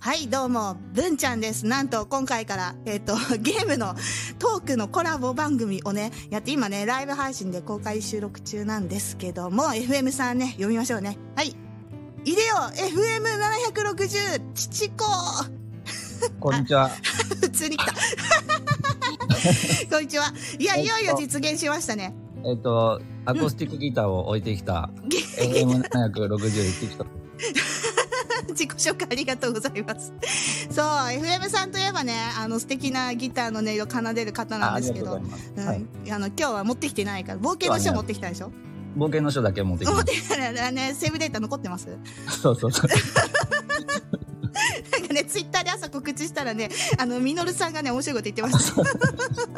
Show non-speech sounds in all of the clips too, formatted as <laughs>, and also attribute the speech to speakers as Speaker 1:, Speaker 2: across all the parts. Speaker 1: はいどうも文ちゃんですなんと今回から、えっと <laughs> ゲームのトークのコラボ番組をねやって今ねライブ配信で公開収録中なんですけども FM さんね読みましょうねはい「いでよ FM760 父子」 <laughs>
Speaker 2: こんにちは。
Speaker 1: 普通に来た <laughs> こんにちはいやいよいよ実現しましたね <laughs>
Speaker 2: えっと、アコースティックギターを置いてきた。FM760
Speaker 1: <laughs>
Speaker 2: 行ってきた。
Speaker 1: 自己紹介ありがとうございます。そう FM さんといえばねあの素敵なギターの音色奏でる方な
Speaker 2: あ
Speaker 1: ん
Speaker 2: あ
Speaker 1: で
Speaker 2: り
Speaker 1: す
Speaker 2: が
Speaker 1: け
Speaker 2: とうご
Speaker 1: ど
Speaker 2: ざい。ます。
Speaker 1: うん
Speaker 2: はい。
Speaker 1: あの今日は持ってきてないから冒険の書持ってきたでし
Speaker 2: <laughs>
Speaker 1: ょ
Speaker 2: 冒険の書だけ持ってき
Speaker 1: 持
Speaker 2: ま
Speaker 1: ってきたらねセーブデータ残ってます <laughs>
Speaker 2: す。そうそうそう。
Speaker 1: なんかねツイッターで朝告知したらねあのみのるさんがね面白いこと言ってました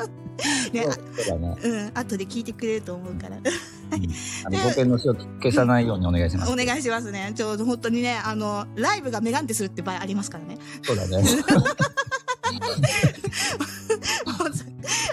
Speaker 1: <laughs> ねあ
Speaker 2: そうだね。
Speaker 1: うん後で聞いてくれると思うから <laughs>
Speaker 2: あの冒険の書を消さないようにお願いします。
Speaker 1: お願いしますねちょうど本当にねあのライブがメガンテするって場合ありますからね <laughs>
Speaker 2: そうだね。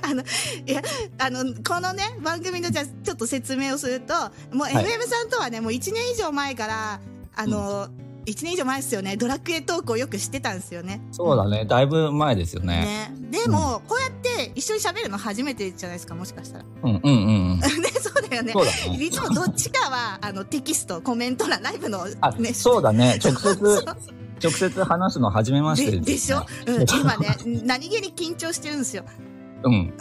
Speaker 1: あのいやあのこのね番組のじゃあちょっと説明をするともう
Speaker 2: い
Speaker 1: FM さんとはねもう1年以上前からあの、1年以上前ですよねドラクエトークをよくしてたんですよね。
Speaker 2: そうだね。だいぶ前ですよね。
Speaker 1: ねでも、こうやって一緒に喋るの初めてじゃないですかもしかしたら。 <laughs> ね
Speaker 2: うんうんうんうん。
Speaker 1: そうだよね
Speaker 2: そ。うだね。
Speaker 1: いつもどっちかはあのテキストコメント欄ライブの
Speaker 2: あ、
Speaker 1: ね
Speaker 2: そうだね。直
Speaker 1: そう
Speaker 2: 接、直接話すの初めまして
Speaker 1: で
Speaker 2: ですね
Speaker 1: でしょ、うん、今ね何気に緊張してるんですよ。 <laughs>
Speaker 2: うん。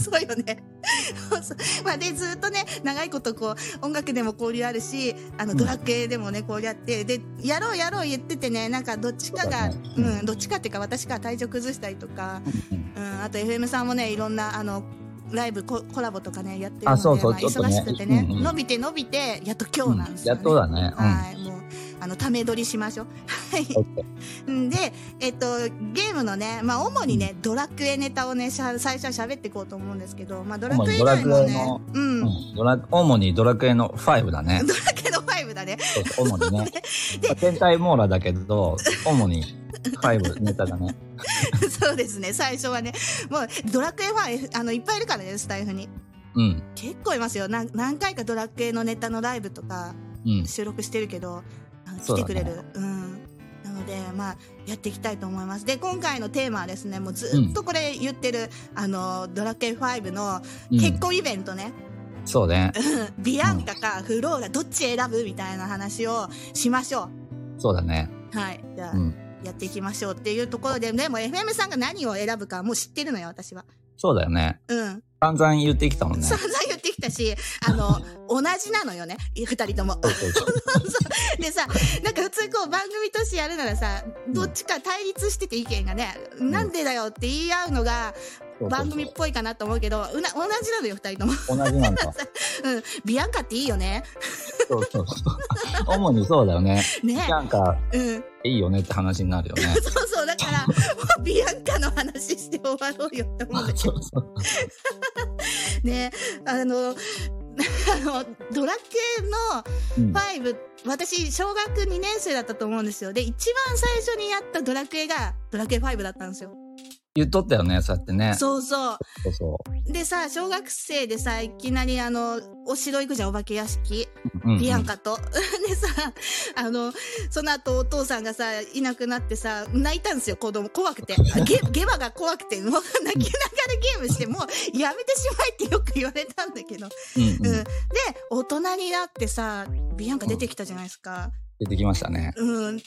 Speaker 1: そうよね。 <laughs> そうまあでずっとね長いことこう音楽でも交流あるしあの
Speaker 2: うん
Speaker 1: ドラクエでもね交流あってでやろうやろう言っててねなんかどっちかがう,、
Speaker 2: そうだね
Speaker 1: んどっちかっていうか私が体調崩したりとか、
Speaker 2: うん
Speaker 1: うん、あと FM さんもねいろんなあのライブココラボとかねやってるので
Speaker 2: あそうそう
Speaker 1: まあ、
Speaker 2: ちょっと
Speaker 1: 忙
Speaker 2: ね
Speaker 1: しくてね、
Speaker 2: うんうん
Speaker 1: 伸びて伸びてやっと今日なんですよ、
Speaker 2: やっ
Speaker 1: ね
Speaker 2: とだね。うん。
Speaker 1: はいもうあのため撮りしましょう。はい
Speaker 2: オッケー
Speaker 1: んで、えっと、ゲームのね、まあ、主にね、ドラクエネタをね、しゃ最初は喋っていこうと思うんですけど、まあ、ドラクエ以外も
Speaker 2: 主にドラクエ
Speaker 1: ね
Speaker 2: の、
Speaker 1: うん、ド
Speaker 2: うんドラ主にドラクエの5だね。
Speaker 1: ラクエの5だね。 <laughs>
Speaker 2: そうそう主にね。天体網羅だけど、主に5ネタ
Speaker 1: <laughs>
Speaker 2: だね。
Speaker 1: そうですね、最初はね、もう、ドラクエファン、あの、いっぱいいるからね、スタイフに。
Speaker 2: うん。
Speaker 1: 結構いますよ。なん何回かドラクエのネタのライブとか、
Speaker 2: うん。
Speaker 1: 収録してるけど、あの来
Speaker 2: そう
Speaker 1: て
Speaker 2: だね
Speaker 1: くれる。うん。なので、まあ、やっていきたいと思います。で、今回のテーマはですね、もうずっとこれ言ってる、あの、ドラクエ5の
Speaker 2: うん
Speaker 1: 結婚イベントね、
Speaker 2: そうね。
Speaker 1: ビアンカかフローラどっち選ぶみたいな話をしましょ
Speaker 2: そうだね。
Speaker 1: う。はい。じゃあ、
Speaker 2: うん
Speaker 1: やっていきましょうっていうところで、でも FM さんが何を選ぶかもう知ってるのよ、私は。
Speaker 2: そうだよね。
Speaker 1: うん。
Speaker 2: 散々言ってきたもんね。
Speaker 1: 散々言ってきたし、あの、同じなのよね、二人とも。
Speaker 2: そうそうそう
Speaker 1: でさ、なんか普通こう番組としてやるならさ、どっちか対立してて意見がね、
Speaker 2: ん
Speaker 1: なんでだよって言い合うのが
Speaker 2: そう
Speaker 1: 番組っぽいかなと思うけど、うな同じなのよ、二人とも。 <laughs>
Speaker 2: 同じなんだ。
Speaker 1: うん。ビアンカっていいよね。
Speaker 2: そうそうそう。主にそうだよね。
Speaker 1: ね。
Speaker 2: なんか、
Speaker 1: うん。
Speaker 2: いいよねって話になるよね。
Speaker 1: そうそう、だから、 <laughs> もうビアンカの話して終わろうよって思うんだけ
Speaker 2: そうそう。
Speaker 1: どね。あの、あ <laughs> の、ドラケ
Speaker 2: うん
Speaker 1: ンの5、私、小学2年生だったと思うんですよ。で、一番最初にやったドラクエが、ドラクエ5だったんですよ。
Speaker 2: 言っとったよね、そうやってね。そ
Speaker 1: そうそう
Speaker 2: そう
Speaker 1: う。でさ、小学生でさ、いきなりあの、お城行くじゃん、お化け屋敷。
Speaker 2: うんうん。
Speaker 1: ビアンカと。 <laughs> でさ、あの、その後お父さんがさ、いなくなってさ、泣いたんですよ、子供。怖く
Speaker 2: <laughs>
Speaker 1: て。あゲゲバが怖くて、もう泣きながらゲームして、もうやめてしまえってよく言われたんだけど。
Speaker 2: うん
Speaker 1: う。
Speaker 2: うんん
Speaker 1: で、大人になってさ、ビアンカ出てきたじゃないですか。
Speaker 2: 出てきましたね。
Speaker 1: うん。で、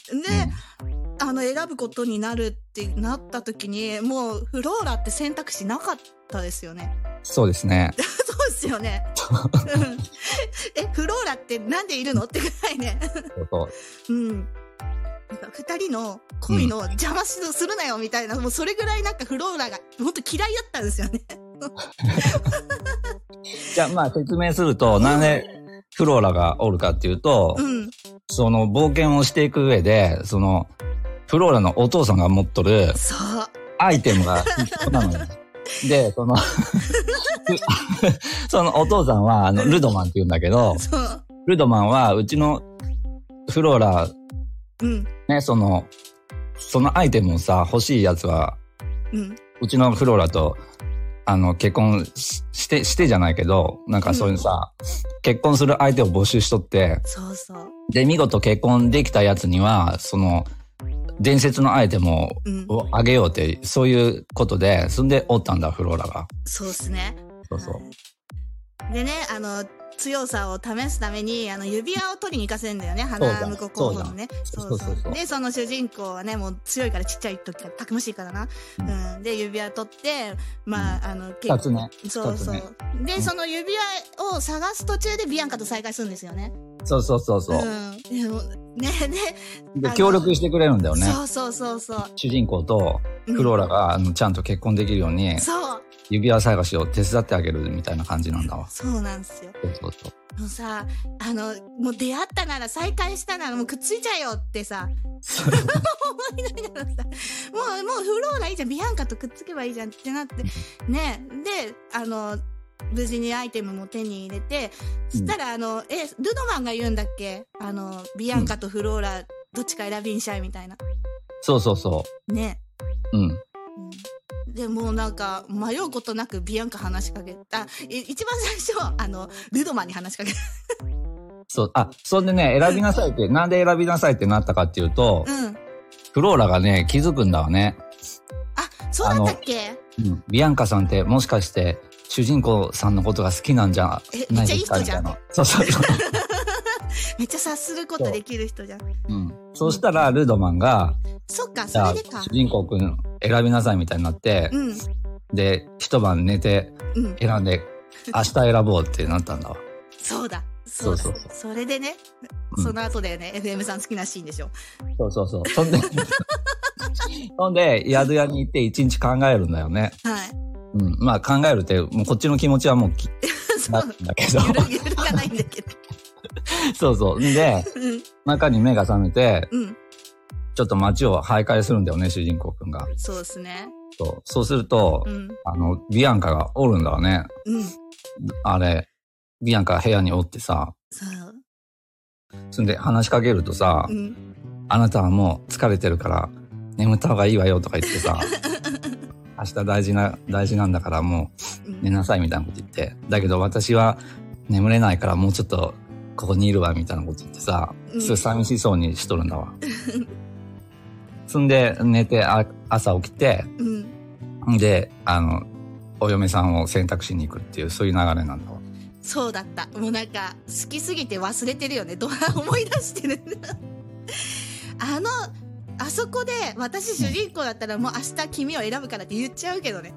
Speaker 1: あの、選ぶことになるってなった時に、もうフローラって選択肢なかったですよね。
Speaker 2: うんそうです
Speaker 1: <laughs>
Speaker 2: ね。
Speaker 1: そうですよね。うん。 <laughs> え、フローラってなんでいるのってぐらいね。
Speaker 2: そうそう
Speaker 1: うん。なんか二人の恋の邪魔しするなよみたいな、もうそれぐらいなんかフローラが本当嫌いだったんですよね。
Speaker 2: じゃあ、まあ説明すると、なんでフローラがおるかっていうと
Speaker 1: う、ん。
Speaker 2: その冒険をしていく上で、その、フローラのお父さんが持っとる
Speaker 1: そう。
Speaker 2: アイテムが必要
Speaker 1: <laughs>
Speaker 2: なのよ。で、その、そのお父さんは、あの、ルドマンって言うんだけど、
Speaker 1: そう。
Speaker 2: ルドマンは、うちのフローラ、
Speaker 1: うん。
Speaker 2: ね、その、そのアイテムをさ、欲しいやつは、
Speaker 1: うん。
Speaker 2: うちのフローラと、あの、結婚しして、してじゃないけど、なんかそういうさ、結婚する相手を募集しとって、
Speaker 1: そうそう。
Speaker 2: で、見事結婚できたやつには、その、伝説のアイテムを
Speaker 1: うん、
Speaker 2: をあげようって、そういうことで、そんでおったんだ、フローラが。
Speaker 1: そうですね。
Speaker 2: そうそう
Speaker 1: は。いでね、あの、強さを試すために、あの、指輪を取りに行かせるんだよね。
Speaker 2: だ
Speaker 1: 花婿候補のね。
Speaker 2: そうだ
Speaker 1: そうそ。
Speaker 2: そうそうそうう
Speaker 1: で、その主人公はね、もう強いからちっちゃい時から、たくましいからな。うん。で、指輪取って、まあ、あの、結
Speaker 2: 二つね。
Speaker 1: そうそう。
Speaker 2: 二
Speaker 1: で、
Speaker 2: うん
Speaker 1: その指輪を探す途中でビアンカと再会するんですよね。
Speaker 2: そうそうそうそう
Speaker 1: う。ん。でも、ね、で、
Speaker 2: で、協力してくれるんだよね。
Speaker 1: そうそうそうそう。
Speaker 2: 主人公と
Speaker 1: うん
Speaker 2: フローラが、あのちゃんと結婚できるように、
Speaker 1: そう。
Speaker 2: 指輪探しを手伝ってあげるみたいな感じなんだわ。
Speaker 1: そうなんですよ。
Speaker 2: そうそうそう。
Speaker 1: もうさ、あの、もう出会ったなら、再会したなら、もうくっついちゃえよってさ、 <laughs> 思いながらさ、もう、もうフローラいいじゃん、ビアンカとくっつけばいいじゃんってなって、ね、で、あの、無事にアイテムも手に入れて、そしたら、あの、え、ルノマンが言うんだっけあの、ビアンカとフローラ、どっちか選びにしちゃいみたいな。
Speaker 2: そうそうそ
Speaker 1: ね。
Speaker 2: う。うん。
Speaker 1: うんでもうなんか迷うことなくビアンカ話しかけたい一番最初あのルドマンに話しかけた
Speaker 2: そう、あ、そんでね、選びなさいって、なんで選びなさいってなったかっていうと、
Speaker 1: うん
Speaker 2: フローラがね、気づくんだわね。
Speaker 1: あそうだったっけ
Speaker 2: うん。ビアンカさんって、もしかして、主人公さんのことが好きなんじゃ
Speaker 1: えめ
Speaker 2: な
Speaker 1: っ
Speaker 2: い
Speaker 1: ちゃ
Speaker 2: で
Speaker 1: いい
Speaker 2: すか
Speaker 1: 人
Speaker 2: み
Speaker 1: じ
Speaker 2: た
Speaker 1: ゃ
Speaker 2: い
Speaker 1: ん
Speaker 2: な。そうそう
Speaker 1: <laughs>
Speaker 2: そう。
Speaker 1: めっちゃ察することできる人じゃん
Speaker 2: うん。そうしたら、ルードマンが、
Speaker 1: そっか
Speaker 2: じ
Speaker 1: そ
Speaker 2: ゃあ、
Speaker 1: れでか
Speaker 2: 主人公くん選びなさいみたいになって
Speaker 1: う、ん
Speaker 2: で、一晩寝て
Speaker 1: うん
Speaker 2: 選んで、明日選ぼうってなったんだわ。
Speaker 1: そうだそうだそ
Speaker 2: そ
Speaker 1: う
Speaker 2: そう
Speaker 1: れでね
Speaker 2: うん
Speaker 1: その後だよね、FM さん好きなシーンでしょ
Speaker 2: そうそうそう。そんで、
Speaker 1: <laughs>
Speaker 2: そんで、宿屋に行って一日考えるんだよね。
Speaker 1: はい
Speaker 2: <laughs> うん。まあ考えるって、もうこっちの気持ちはもうき、
Speaker 1: そ
Speaker 2: な
Speaker 1: うん
Speaker 2: だけど。
Speaker 1: ゆ <laughs> るゆるじゃないんだけど
Speaker 2: そうそう。で、
Speaker 1: うん
Speaker 2: 中に目が覚めて、
Speaker 1: うん
Speaker 2: ちょっと街を徘徊するんだよね、主人公くんが。
Speaker 1: そうですね
Speaker 2: そうそうすると、
Speaker 1: うん
Speaker 2: あの、ビアンカがおるんだよね。
Speaker 1: うん
Speaker 2: あれ、ビアンカが部屋におってさ、
Speaker 1: そう
Speaker 2: そんで話しかけるとさ、
Speaker 1: うん
Speaker 2: あなたはもう疲れてるから、眠った方がいいわよとか言ってさ、
Speaker 1: <laughs>
Speaker 2: 明日大事な、大事なんだからもう、
Speaker 1: うん
Speaker 2: 寝なさいみたいなこと言って、だけど私は眠れないからもうちょっとここにいるわみたいなこと言ってさ、
Speaker 1: うん
Speaker 2: すごい寂しそうにしとるんだわ。そんで寝てあ朝起きて、
Speaker 1: うん
Speaker 2: んで、あの、お嫁さんを選択しに行くっていう、そういう流れなんだわ。
Speaker 1: そうだったもうなんか好きすぎて忘れてるよねどう <laughs> 思い出してる <laughs> あのあそこで私主人公だったらもう明日君を選ぶからって言っちゃうけどね <laughs>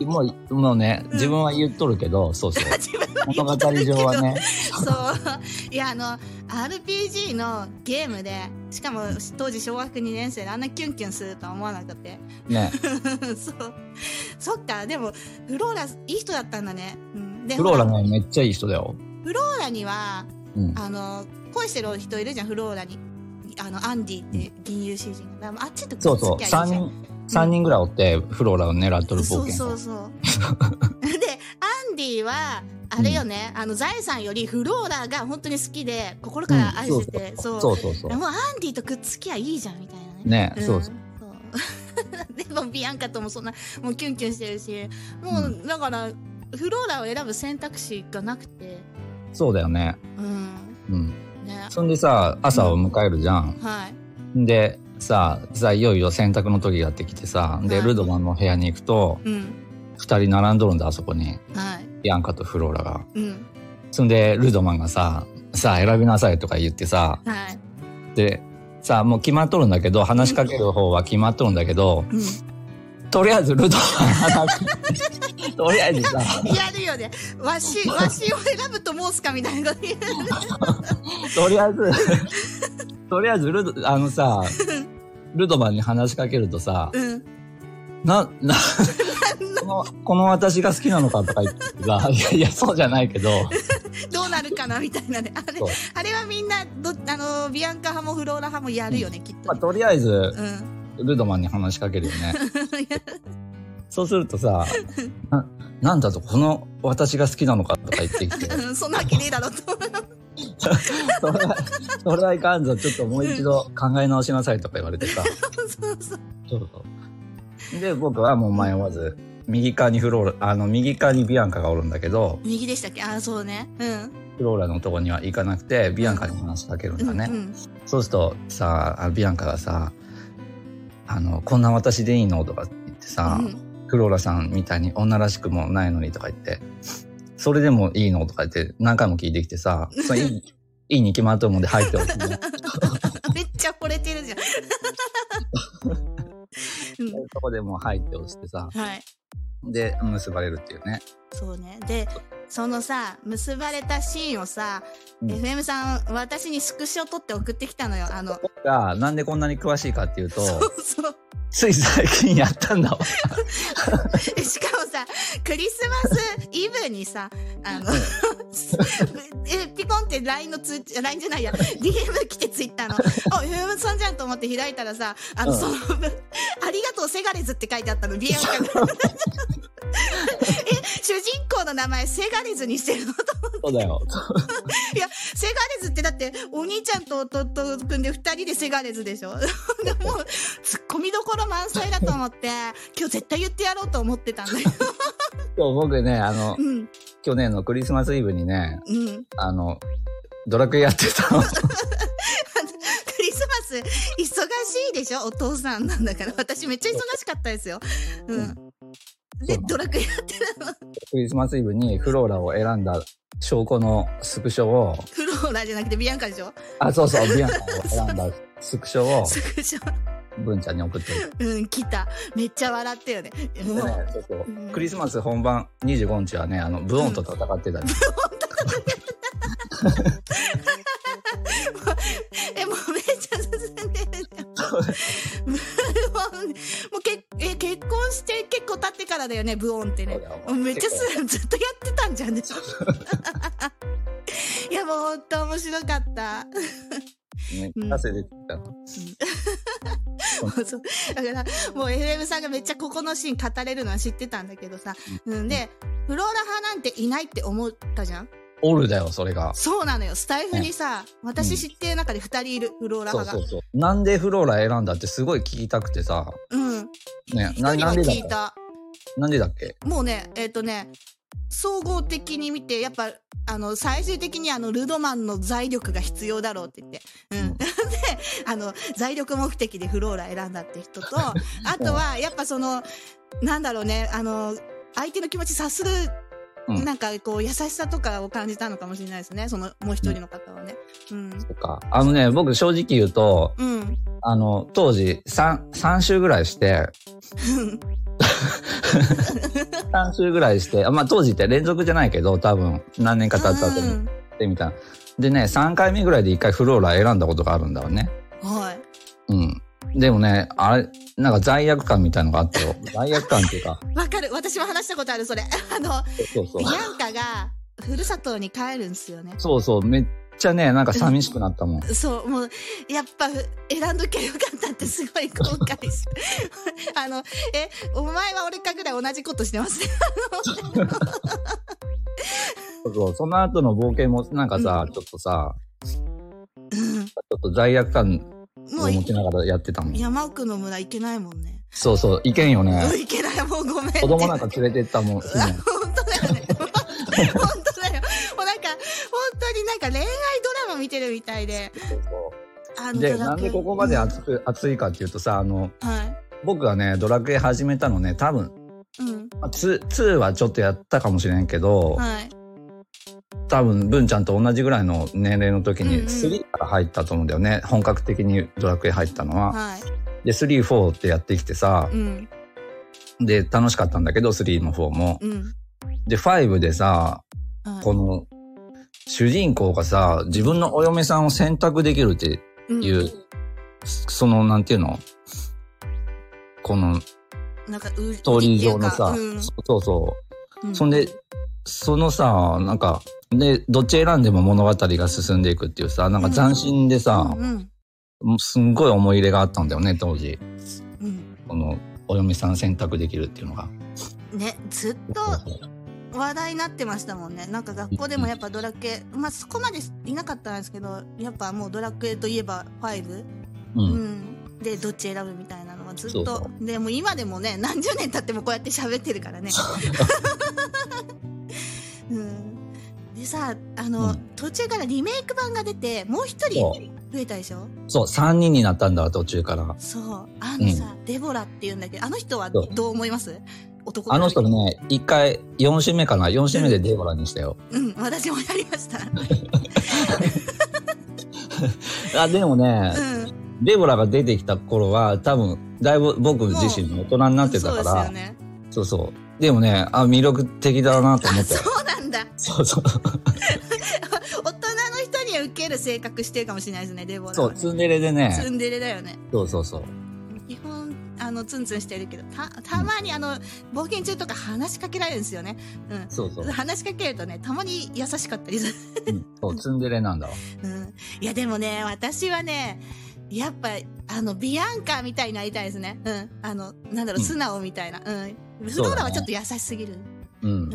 Speaker 2: うんもう、もうね、自分は言っとるけど、そうそう。
Speaker 1: 自分は
Speaker 2: 物語上はね、
Speaker 1: そうい <laughs> やあの RPG のゲームでしかも当時小学2年生であんなキュンキュンするとは思わなくて <laughs>
Speaker 2: ね、
Speaker 1: そうそっかでもフローラいい人だったんだね、うん、で
Speaker 2: フローラ
Speaker 1: ほら
Speaker 2: ね、めっちゃいい人だよ。
Speaker 1: フローラには
Speaker 2: うん。
Speaker 1: あの恋してる人いるじゃんフローラにあのアンディって銀融詩人があっちとくっつき
Speaker 2: そうそう、
Speaker 1: ゃいいじゃ
Speaker 2: 3
Speaker 1: ん
Speaker 2: 人、三人ぐらいおって、フローラを狙っとる冒
Speaker 1: そう
Speaker 2: 険。
Speaker 1: そうそうでアンディはあれよね、あの財産よりフローラが本当に好きで心から愛してて、
Speaker 2: うん
Speaker 1: そう
Speaker 2: そうそうそう。
Speaker 1: もうアンディとくっつきゃいいじゃんみたいなね
Speaker 2: ね、
Speaker 1: ん
Speaker 2: そうそう。
Speaker 1: そう <laughs> でもビアンカともそんなもうキュンキュンしてるしもう、
Speaker 2: う
Speaker 1: だからフローラを選ぶ選択肢がなくて
Speaker 2: そうだよね。
Speaker 1: うん
Speaker 2: うん。
Speaker 1: ね
Speaker 2: そんでさ、朝を迎えるじゃん。
Speaker 1: はい
Speaker 2: で、さ、さ、いよいよ洗濯の時がやってきてさ、で、
Speaker 1: はい
Speaker 2: ルドマンの部屋に行くと、
Speaker 1: うん
Speaker 2: 二人並んどるんだ、あそこに。
Speaker 1: はい
Speaker 2: ビアンカとフローラが。
Speaker 1: うん
Speaker 2: そんで、ルドマンがさ、さあ選びなさいとか言ってさ、
Speaker 1: はい
Speaker 2: で、さあもう決まっとるんだけど、話しかける方は決まっとるんだけど、
Speaker 1: <laughs> うん
Speaker 2: とりあえずルドマン話しとりあえずさ、
Speaker 1: やるよね。わし、 <laughs> わしを選ぶと申すかみたいな。
Speaker 2: とりあえず、とりあえずルド、あ
Speaker 1: <laughs>
Speaker 2: のさ、ルドマンに話しかけるとさ、
Speaker 1: うん。
Speaker 2: な、な、 <laughs> この、この私が好きなのかとか言ってさ、 <laughs> いやいや、そうじゃないけど、
Speaker 1: どうなるかなみたいなね。あれ
Speaker 2: そう、
Speaker 1: あれはみんな、ど、あの、ビアンカ派もフローラ派もやるよね、きっと
Speaker 2: まあ、
Speaker 1: ね。
Speaker 2: とりあえず、
Speaker 1: うん。
Speaker 2: ルドマンに話しかけるよ <laughs> ね。そうするとさ、な、なんだと、この私が好きなのかとか言ってき <laughs> て、
Speaker 1: うんそんなわけねえだろ <laughs> と。
Speaker 2: それは、それはいかんぞ、ちょっともう一度考え直しなさいとか言われてさ、
Speaker 1: そうそう。
Speaker 2: そうそう。で、僕はもう迷わず、右側にフローラ、あの、右側にビアンカがおるんだけど、
Speaker 1: 右でしたっけあ、そうね。うん。
Speaker 2: フローラのとこには行かなくて、ビアンカに話しかけるん
Speaker 1: う
Speaker 2: だ
Speaker 1: ん。う
Speaker 2: ね。
Speaker 1: ん。
Speaker 2: そうするとさ、あビアンカがさ、あの、こんな私でいいのとかって言ってさ、
Speaker 1: うん
Speaker 2: フローラさんみたいに女らしくもないのにとか言って、それでもいいのとか言って何回も聞いてきてさ、それ
Speaker 1: <laughs>
Speaker 2: いい、いいに決まると思うんで入っておく。
Speaker 1: めっちゃ惚れてるじゃん。うん
Speaker 2: そこでもう入って押してさ、
Speaker 1: はい。
Speaker 2: で、結ばれるっていうね。
Speaker 1: そうね。で、そのさ、結ばれたシーンをさ、
Speaker 2: うん
Speaker 1: FM さん、私にスクショ撮って送ってきたのよ。あの、 <laughs>
Speaker 2: 僕が、なんでこんなに詳しいかっていうと、
Speaker 1: そう。
Speaker 2: つい最近やったんだわ。
Speaker 1: えしかもさ、クリスマスイブにさ、あの、 <laughs> えピコンって LINE の通知、LINE じゃないや、DM 来てツイッターの、あ、FM さんじゃんと思って開いたらさ、あの、
Speaker 2: うん
Speaker 1: その、ありがとうセガレズって書いてあったの、DM が。 <laughs> え、主人公の名前セガレズにしてるの
Speaker 2: そうだよ。
Speaker 1: セガレズってだって、お兄ちゃんと弟くんで二人でセガレズでしょ <laughs> でも、ツッコミどころ満載だと思って、今日絶対言ってやろうと思ってたんだよ。
Speaker 2: そう僕ね、あの
Speaker 1: う、ん、
Speaker 2: 去年のクリスマスイブにね、
Speaker 1: うん。
Speaker 2: あの、ドラクエやってたの。
Speaker 1: クリスマス忙しいでしょお父さんなんだから私めっちゃ忙しかったですよ。うん、でドラクエやってたの
Speaker 2: クリスマスイブにフローラを選んだ証拠のスクショを、
Speaker 1: フローラじゃなくてビアンカでしょ
Speaker 2: あ、そうそう、ビアンカを選んだスクショを
Speaker 1: スクショ
Speaker 2: 文ちゃんに送ってる。
Speaker 1: うん来ためっちゃ笑ったよね。
Speaker 2: で
Speaker 1: もう
Speaker 2: ね、ちょっと
Speaker 1: うん
Speaker 2: クリスマス本番25日はね、あの、ブオンと戦ってたり、
Speaker 1: えもうめっちゃ進んでるじゃん。 <laughs> もうもうけえ結婚して結構経ってからだよねブオンってね
Speaker 2: そうだよ。
Speaker 1: もうめっちゃすずっとやってたんじゃん <laughs> でしょいやもう本当面白かった。
Speaker 2: ね
Speaker 1: うん、
Speaker 2: 汗出てきた。
Speaker 1: そうそうだから、もう FM さんがめっちゃここのシーン語れるのは知ってたんだけどさ。うんで、フローラ派なんていないって思ったじゃん
Speaker 2: オールだよ、それが。
Speaker 1: そうなのよ。スタイフにさ、私知ってる中で二人いる、フローラ
Speaker 2: そう
Speaker 1: 派
Speaker 2: そ
Speaker 1: が
Speaker 2: う。そう。なんでフローラ選んだってすごい聞きたくてさ、
Speaker 1: うん。
Speaker 2: ね、
Speaker 1: 一
Speaker 2: な
Speaker 1: 人
Speaker 2: な
Speaker 1: は
Speaker 2: んでだっ
Speaker 1: 聞
Speaker 2: け
Speaker 1: いた。
Speaker 2: なんでだっけ
Speaker 1: もうね、えっ、とね、総合的に見て、やっぱ、あの、最終的にあの、ルドマンの財力が必要だろうって言って。うん。
Speaker 2: うん
Speaker 1: で、あの、財力目的でフローラ選んだって人
Speaker 2: <laughs>
Speaker 1: と、あとは、やっぱその、なんだろうね、あの、相手の気持ち察する、
Speaker 2: うん
Speaker 1: なんかこう、優しさとかを感じたのかもしれないですね。その、もう一人の方はね。うん。
Speaker 2: とか。あのね、僕正直言うと、
Speaker 1: うん。
Speaker 2: あの、当時3、3週ぐら
Speaker 1: <laughs>
Speaker 2: いして、3週ぐらいして、あまあ当時って連続じゃないけど、多分何年か経った後
Speaker 1: う
Speaker 2: に
Speaker 1: ん
Speaker 2: ってみたいな。でね、3回目ぐらいで1回フローラ選んだことがあるんだわね。
Speaker 1: はい。
Speaker 2: うん。でもね、あれ、なんか罪悪感みたいのがあっ
Speaker 1: <laughs>
Speaker 2: たよ。罪悪感っていうか、
Speaker 1: わかる。私も話したことある、それ。 <laughs> あの、
Speaker 2: そうそう
Speaker 1: ビ。アンカが、ふるさとに帰るんですよね。
Speaker 2: そうそう、めっちゃね、なんか寂しくなったもん。
Speaker 1: そう、もう、やっぱ、選んどきゃよかったってすごい後悔す <laughs> あの、え、お前は俺かぐらい同じことしてますね。
Speaker 2: そうそう、その後の冒険もなんかさ、
Speaker 1: うん
Speaker 2: ちょっとさ、
Speaker 1: う
Speaker 2: ちょっと罪悪感
Speaker 1: んも
Speaker 2: を
Speaker 1: う
Speaker 2: 持
Speaker 1: い、
Speaker 2: ちながらやってたもん。
Speaker 1: 山奥の村行けないもんね。
Speaker 2: そうそう、いけんよね
Speaker 1: <laughs> も。う行けない、もうごめん。
Speaker 2: 子供なんか連れてっ
Speaker 1: <laughs>
Speaker 2: たもん。
Speaker 1: あ本当だよね。本当だよ。もうなんか、本当になんか恋愛ドラマ見てるみたいで。
Speaker 2: そうそ
Speaker 1: あ
Speaker 2: う
Speaker 1: の、
Speaker 2: で、
Speaker 1: ドラ
Speaker 2: なん
Speaker 1: クエ
Speaker 2: でここまで熱く、熱いかっていうとさ、あの、
Speaker 1: うんはい。
Speaker 2: 僕がね、ドラクエ始めたのね、多分、
Speaker 1: うん。
Speaker 2: まあ、2, 2はちょっとやったかもしれんけど、
Speaker 1: はい。
Speaker 2: 多分、文ちゃんと同じぐらいの年齢の時
Speaker 1: うんう
Speaker 2: に
Speaker 1: ん
Speaker 2: 3から入ったと思うんだよね。本格的にドラクエ入ったのは。
Speaker 1: は
Speaker 2: で、3、4ってやってきてさ
Speaker 1: い。う、ん。
Speaker 2: で、楽しかったんだけど、3も4も。
Speaker 1: うん。
Speaker 2: で、5でさ、
Speaker 1: はい
Speaker 2: この、主人公がさ、自分のお嫁さんを選択できるって
Speaker 1: うん
Speaker 2: いう、その、なんていうのこの、ス
Speaker 1: なんかう、ス
Speaker 2: トーリー上のさ、
Speaker 1: うん
Speaker 2: そうそう。
Speaker 1: う
Speaker 2: そんで、そのさ、なんか、で、どっち選んでも物語が進んでいくっていうさ、なんか斬新でさ
Speaker 1: う、ん
Speaker 2: もうすんごい思い入れがあったんだよね、当時。
Speaker 1: うん
Speaker 2: この、お嫁さん選択できるっていうのが。
Speaker 1: うん、ねずっと話題になってましたもんねなんか学校でもやっぱドラクエまあそこまでいなかったんですけどやっぱもうドラクエといえば5、
Speaker 2: う。
Speaker 1: うんん、でどっち選ぶみたいなのはずっ
Speaker 2: そ
Speaker 1: と
Speaker 2: うそ
Speaker 1: でもう今でもね何十年経ってもこうやって喋ってるからね。うんでさあの、
Speaker 2: うん
Speaker 1: 途中からリメイク版が出てもう一人
Speaker 2: そう
Speaker 1: 増えたでしょ
Speaker 2: そう、3人になったんだわ、途中から。
Speaker 1: そう。あのさ、デボラっていうんだけど、あの人は
Speaker 2: そう
Speaker 1: どう思います男
Speaker 2: あの人
Speaker 1: ね。
Speaker 2: ね、一回、4週目かな ?4 週目でデーボラにしたよ。
Speaker 1: うん、私もやりました。
Speaker 2: あ、でもね、
Speaker 1: うん。
Speaker 2: デーボラが出てきた頃は、多分、だいぶ僕自身も大人になってたから、
Speaker 1: そ
Speaker 2: そ
Speaker 1: で
Speaker 2: うう
Speaker 1: すよね。
Speaker 2: そうでもね、あ、魅力的だなと思
Speaker 1: あ、
Speaker 2: っ
Speaker 1: <laughs>
Speaker 2: て。
Speaker 1: そうなんだ。
Speaker 2: そうそう。
Speaker 1: 大人の人には受ける性格してるかもしれないですね、デボラは。
Speaker 2: そう、ツンデレで
Speaker 1: ツ
Speaker 2: ね、
Speaker 1: ンデレだよね。
Speaker 2: そうそうそう。
Speaker 1: 基本、あの、ツンツンしてるけど、た、たまにあの、冒険中とか話しかけられるんですよね。うん。
Speaker 2: そう
Speaker 1: <laughs>
Speaker 2: そう。
Speaker 1: 話しかけるとね、たまに優しかったりする。 <laughs>
Speaker 2: うん、そう、ツンデレなんだわ。
Speaker 1: うん。いや、でもね、私はね、やっぱ、あの、ビアンカみたいになりたいですね。うん。あの、なんだろう、
Speaker 2: うん
Speaker 1: 素直みたいな。うん。フ
Speaker 2: そうだね
Speaker 1: ローラはちょっと優しすぎる。
Speaker 2: う。
Speaker 1: うんん。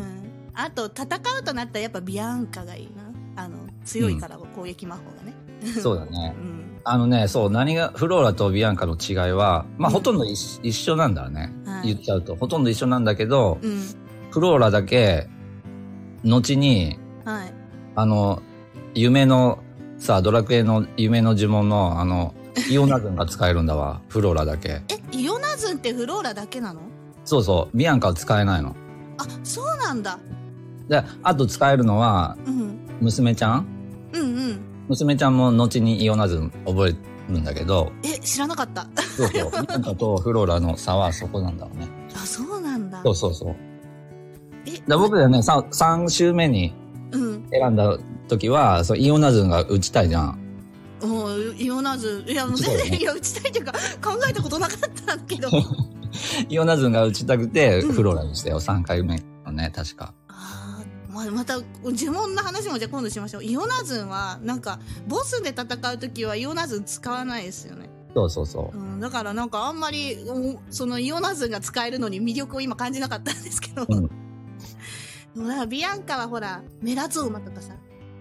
Speaker 1: あと、戦うとなったらやっぱビアンカがいいな。あの、強いから、攻撃魔法がね。
Speaker 2: そうだね
Speaker 1: う。ん。
Speaker 2: あのね、そう、何が、フローラとビアンカの違いは、まあ、ほとんど一一緒なんだよね。
Speaker 1: はい
Speaker 2: 言っちゃうと。ほとんど一緒なんだけど、
Speaker 1: うん。
Speaker 2: フローラだけ、後に、
Speaker 1: はい。
Speaker 2: あの、夢の、さあ、ドラクエの夢の呪文の、あの、イオナ軍が使えるんだわ、フローラだけ。
Speaker 1: え、イオナズンってフローラだけなの
Speaker 2: そうそう、ビアンカは使えないの。
Speaker 1: あ、そうなんだ。
Speaker 2: で、あと使えるのは、
Speaker 1: うん。
Speaker 2: 娘ちゃん
Speaker 1: うんうん。
Speaker 2: 娘ちゃんも後にイオナ軍覚えるんだけど、
Speaker 1: え、知らなかった。 <laughs>
Speaker 2: そうそう、 <laughs> ビアンカとフローラの差はそこなんだわね。
Speaker 1: あ、そうなんだ。
Speaker 2: そうそうそう。
Speaker 1: え、
Speaker 2: だ僕がね、さ3週目に
Speaker 1: うん。
Speaker 2: 選んだ時は、そうイオナズンが打ちたいじゃん。
Speaker 1: もう、イオナズン。いや、もう
Speaker 2: 打ちたい
Speaker 1: 全
Speaker 2: よね
Speaker 1: 然、いや、打ちたいというか、考えたことなかったけ
Speaker 2: <laughs>
Speaker 1: ど。
Speaker 2: イオナズンが打ちたくて、
Speaker 1: うん
Speaker 2: フローラにしたよ。3回目のね、確か。
Speaker 1: あーままた呪文の話もじゃあ今度しましょうイオナズンはなんかボスで戦う時はイオナズン使わないですよね、
Speaker 2: そうそうそう。
Speaker 1: うん、だからなんかあんまりおそのイオナズンが使えるのに魅力を今感じなかったんですけど、
Speaker 2: うん
Speaker 1: でもだからビアンカは <laughs> ほらメラゾーマとかさ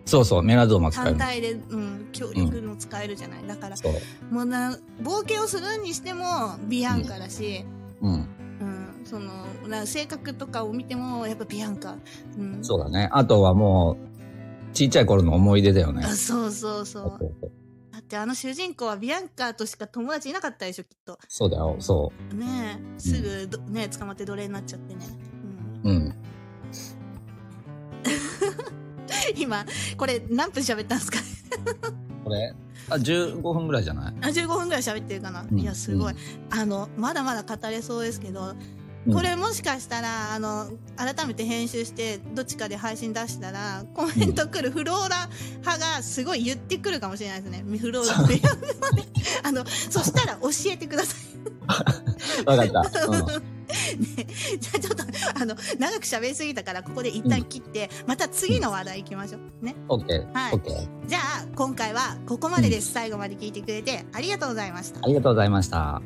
Speaker 2: そうそう、メラゾーマ使え
Speaker 1: 単
Speaker 2: る。
Speaker 1: 体で、うん、強力の使えるじゃない、だから
Speaker 2: そう。
Speaker 1: もうな冒険をするにしてもビアンカだし、
Speaker 2: うん。
Speaker 1: うん、そのな性格とかを見てもやっぱビアンカ、うん、
Speaker 2: そうだね。あとはもう、ちっちゃい頃の思い出だよね。
Speaker 1: あそうそうそ
Speaker 2: そう
Speaker 1: う
Speaker 2: そうそう
Speaker 1: だってあの主人公はビアンカとしか友達いなかったでしょきっと
Speaker 2: そうだよ、そ
Speaker 1: ねえすぐど、ねえ捕まって奴隷になっちゃってね、うん、 <laughs>
Speaker 2: う。うん。
Speaker 1: 今これ何分喋ったんですか <laughs>
Speaker 2: これ、あ、15分ぐらいじゃない
Speaker 1: あ15分ぐらい喋ってるかな、
Speaker 2: うん
Speaker 1: いやすごい、
Speaker 2: うん
Speaker 1: あのまだまだ語れそうですけど
Speaker 2: うん
Speaker 1: これもしかしたらあの改めて編集してどっちかで配信出したらコメント来るフローラ派がすごい言ってくるかもしれないですねフローラビアンカまで <laughs> あのそしたら教えてください <laughs>
Speaker 2: わかった。うん。
Speaker 1: ね、じゃあちょっとあの長く喋りすぎたからここで一旦切って、また次の話題行きましょうね
Speaker 2: オッケー、
Speaker 1: はい
Speaker 2: オッケー。
Speaker 1: じゃあ今回はここまでです、最後まで聞いてくれてありがとうございました
Speaker 2: ありがとうございました。